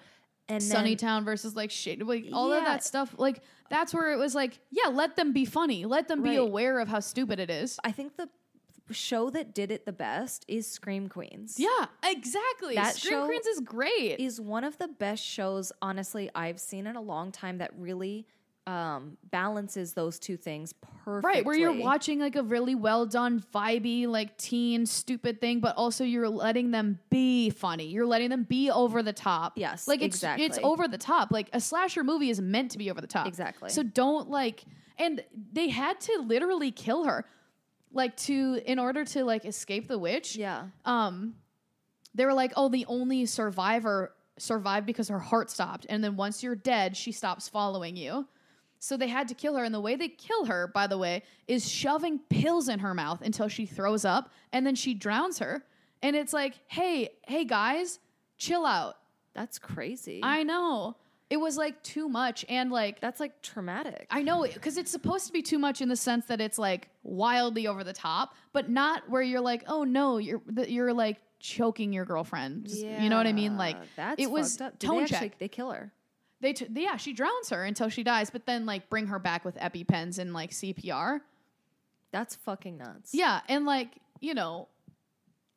S3: And then,
S2: Sunnytown versus like shade, like all of
S3: Yeah.
S2: that stuff. Like that's where it was like, yeah, let them be funny, let them be
S3: Right.
S2: aware of how stupid it is.
S3: I think the show that did it the best is Scream Queens.
S2: Yeah, exactly.
S3: That
S2: Scream
S3: show
S2: Queens is great.
S3: Is one of the best shows, honestly, I've seen in a long time that really um, balances those two things perfectly.
S2: Right, where you're watching like a really well done, vibey, like teen, stupid thing, but also you're letting them be funny. You're letting them be over the top.
S3: Yes,
S2: like it's it's
S3: exactly.
S2: over the top. Like a slasher movie is meant to be over the top.
S3: Exactly.
S2: So don't like, and they had to literally kill her, like to in order to like escape the witch.
S3: Yeah.
S2: um they were like oh the only survivor survived because her heart stopped and then once you're dead she stops following you so they had to kill her and the way they kill her by the way is shoving pills in her mouth until she throws up and then she drowns her and it's like hey hey guys chill out
S3: That's crazy.
S2: i know it was like too much and like
S3: That's like traumatic.
S2: I know because it's supposed to be too much in the sense that it's like wildly over the top, but not where you're like, oh no, you're that you're like choking your girlfriend. Just- You know what I mean? Like
S3: Yeah, that's
S2: it was
S3: fucked up. Did
S2: tone
S3: they
S2: check.
S3: actually- they kill her.
S2: they t- yeah, she drowns her until she dies, but then like bring her back with epipens and like CPR.
S3: That's fucking nuts.
S2: Yeah, and like you know,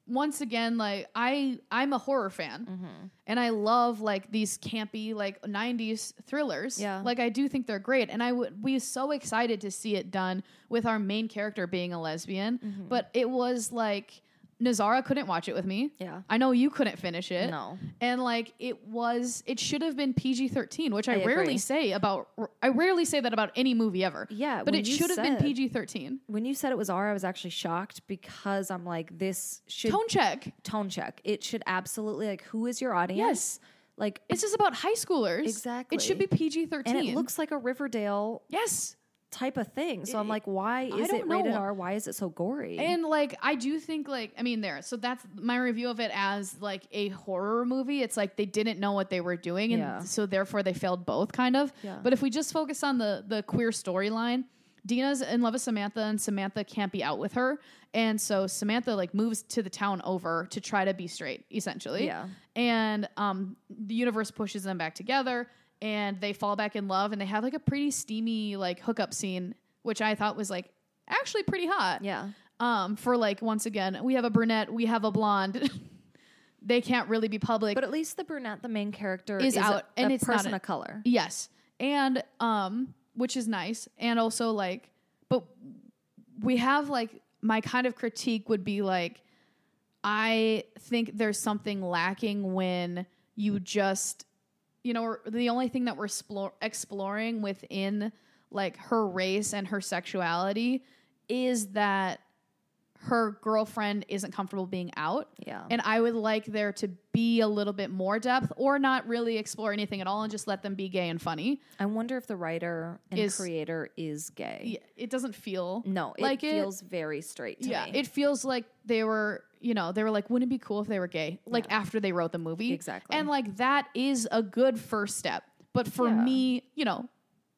S2: once again, like I I'm a horror fan,
S3: Mm-hmm.
S2: and I love like these campy like '90s thrillers.
S3: Yeah.
S2: like I do think they're great, and I would be so excited to see it done with our main character being a lesbian.
S3: Mm-hmm.
S2: But it was like Nazara couldn't watch it with me.
S3: Yeah.
S2: I know you couldn't finish it.
S3: No.
S2: And like it was, it should have been PG thirteen, which I,
S3: I
S2: rarely
S3: agree.
S2: say about. I rarely say that about any movie ever.
S3: Yeah,
S2: but
S3: when
S2: it
S3: you
S2: should have been
S3: said-
S2: PG thirteen.
S3: When you said it was R, I was actually shocked because I'm like, this should
S2: Tone check.
S3: tone check. It should absolutely like who is your audience? Like
S2: It's just about high schoolers.
S3: Exactly.
S2: It should be PG thirteen.
S3: and it looks like a Riverdale
S2: yes.
S3: type of thing. So I'm like, why is
S2: don't
S3: it rated
S2: know.
S3: R? Why is it so gory?
S2: And like I do think like I mean there. So that's my review of it as like a horror movie. It's like they didn't know what they were doing and
S3: Yeah.
S2: so therefore they failed both kind of.
S3: Yeah.
S2: But if we just focus on the the queer storyline, Dina's in love with Samantha and Samantha can't be out with her. And so Samantha like moves to the town over to try to be straight essentially.
S3: Yeah.
S2: and um, the universe pushes them back together and they fall back in love and they have like a pretty steamy like hookup scene which i thought was like actually pretty hot
S3: yeah.
S2: um for like once again we have a brunette we have a blonde they can't really be public
S3: But at least the brunette, the main character,
S2: Is
S3: is,
S2: out,
S3: a,
S2: and
S3: a
S2: it's not
S3: person
S2: a-
S3: of color.
S2: yes and um which is nice and also like but we have like my kind of critique would be like i think there's something lacking when you just you know we're- the only thing that we're explore, exploring within like her race and her sexuality is that her girlfriend isn't comfortable being out
S3: Yeah.
S2: and I would like there to be a little bit more depth or not really explore anything at all and just let them be gay and funny.
S3: I wonder if the writer and
S2: Is-
S3: creator is gay.
S2: Yeah, It doesn't feel
S3: No, it
S2: like
S3: feels very straight to
S2: yeah,
S3: me.
S2: it feels like they were, you know, they were like, wouldn't it be cool if they were gay? Like after they wrote the movie.
S3: Exactly.
S2: And like that is a good first step. But for
S3: Yeah.
S2: me, you know,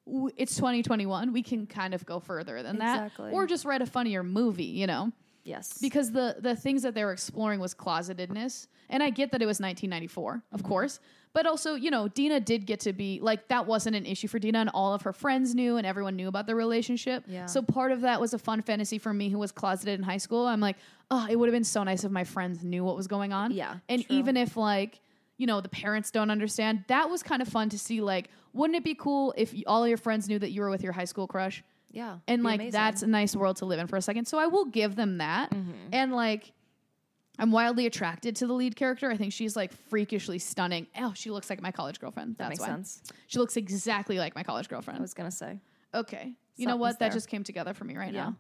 S2: w- it's 2021. We can kind of go further than
S3: Exactly.
S2: that. Or just write a funnier movie, you know?
S3: yes.
S2: because
S3: Mm-hmm.
S2: the the things that they were exploring was closetedness and i get that it was 1994 of course But also, you know, Dina did get to be like that wasn't an issue for Dina, and all of her friends knew, and everyone knew about their relationship.
S3: Yeah.
S2: So part of that was a fun fantasy for me, who was closeted in high school. I'm like, oh, it would have been so nice if my friends knew what was going on.
S3: Yeah,
S2: and
S3: true.
S2: even if like you know the parents don't understand, that was kind of fun to see. Like, wouldn't it be cool if y- all your friends knew that you were with your high school crush?
S3: Yeah.
S2: and
S3: be
S2: like
S3: amazing. Mm-hmm.
S2: that's a nice world to live in for a second. So I will give them that. And like I'm wildly attracted to the lead character. I think she's like freakishly stunning. Oh, she looks like my college girlfriend.
S3: that
S2: that's
S3: makes
S2: why.
S3: sense.
S2: She looks exactly like my college
S3: I
S2: girlfriend.
S3: was gonna say.
S2: okay. You know what?
S3: Something's
S2: That
S3: there.
S2: just came together for me right
S3: Yeah.
S2: now.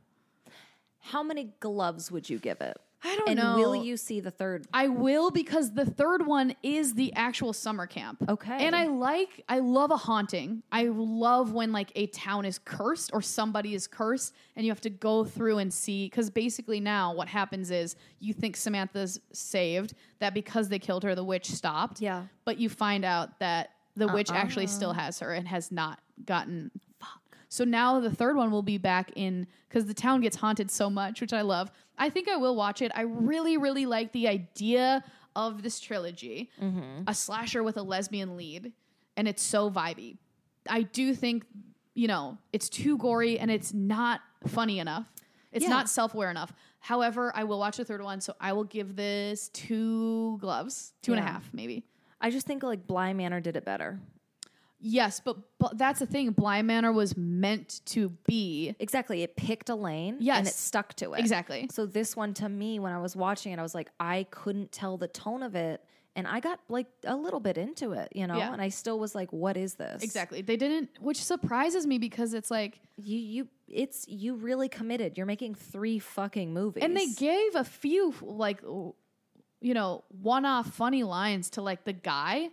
S3: How many gloves would you give it?
S2: I don't
S3: and
S2: know.
S3: will you see the third?
S2: I will because the third one is the actual summer camp.
S3: Okay.
S2: And I like I love a haunting. I love when like a town is cursed or somebody is cursed and you have to go through and see cuz basically now what happens is you think Samantha's saved that because they killed her the witch stopped.
S3: Yeah.
S2: But you find out that the witch actually
S3: Uh-uh.
S2: still has her and has not gotten so now the third one will be back in because the town gets haunted so much, which I love. I think I will watch it. I really, really like the idea of this trilogy
S3: Mm-hmm.
S2: a slasher with a lesbian lead, and it's so vibey. I do think, you know, it's too gory and it's not funny enough. It's
S3: Yeah.
S2: not self aware enough. However, I will watch the third one, so I will give this two gloves, two and a
S3: Yeah.
S2: half maybe.
S3: I just think like Bly Manor did it better.
S2: Yes, but, but that's the thing. Blind Manor was meant to be
S3: Exactly. It picked a lane and
S2: Yes.
S3: it stuck to it.
S2: exactly.
S3: So this one to me, when I was watching it, I was like, I couldn't tell the tone of it. And I got like a little bit into it, you know,
S2: Yeah.
S3: and I still was like, what is this?
S2: Exactly. They didn't, which surprises me because it's like,
S3: You, you, it's, you really committed. You're making three fucking movies.
S2: and they gave a few like, w- you know, one-off funny lines to like the guy,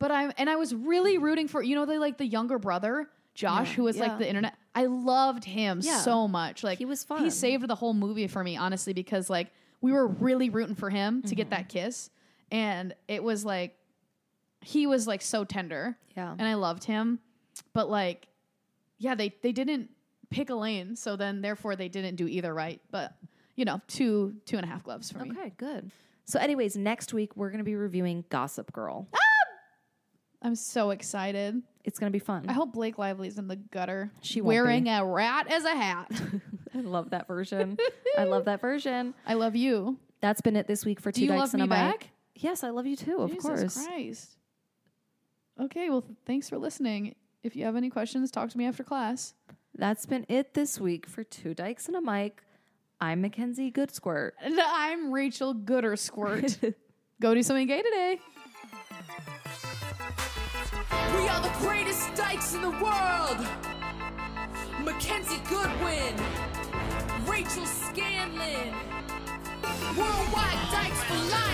S2: but I'm, and I was really rooting for, you know, they like the younger brother Josh,
S3: Yeah.
S2: who was
S3: Yeah.
S2: like the internet. I loved him
S3: Yeah.
S2: so much. Like
S3: He was
S2: He
S3: fun.
S2: saved the whole movie for me, honestly, because like we were really rooting for him to
S3: Mm-hmm.
S2: get that kiss, and it was like he was like so tender.
S3: yeah.
S2: and I loved him. But like, yeah, they they didn't pick a lane, so then therefore they didn't do either right. But you know, two two and a half gloves for me.
S3: Okay, good. So, anyways, next week we're going to be reviewing Gossip Girl.
S2: I'm so excited.
S3: It's going to be fun.
S2: I hope Blake Lively's in the gutter.
S3: She won't
S2: wearing
S3: be.
S2: a rat as a hat.
S3: I love that version. I love that version.
S2: I love you.
S3: That's been it this week for Two
S2: do you
S3: Dykes
S2: love
S3: and
S2: me
S3: a Mic.
S2: back?
S3: Yes, I love you too, of
S2: Jesus
S3: course.
S2: Christ. Okay, well, thanks for listening. If you have any questions, talk to me after class.
S3: That's been it this week for Two Dykes and a Mic. I'm Mackenzie Goodsquirt.
S2: And I'm Rachel Gooder Squirt. Go do something gay today.
S1: We are the greatest dykes in the world. Mackenzie Goodwin, Rachel Scanlon, Worldwide Dykes for Life.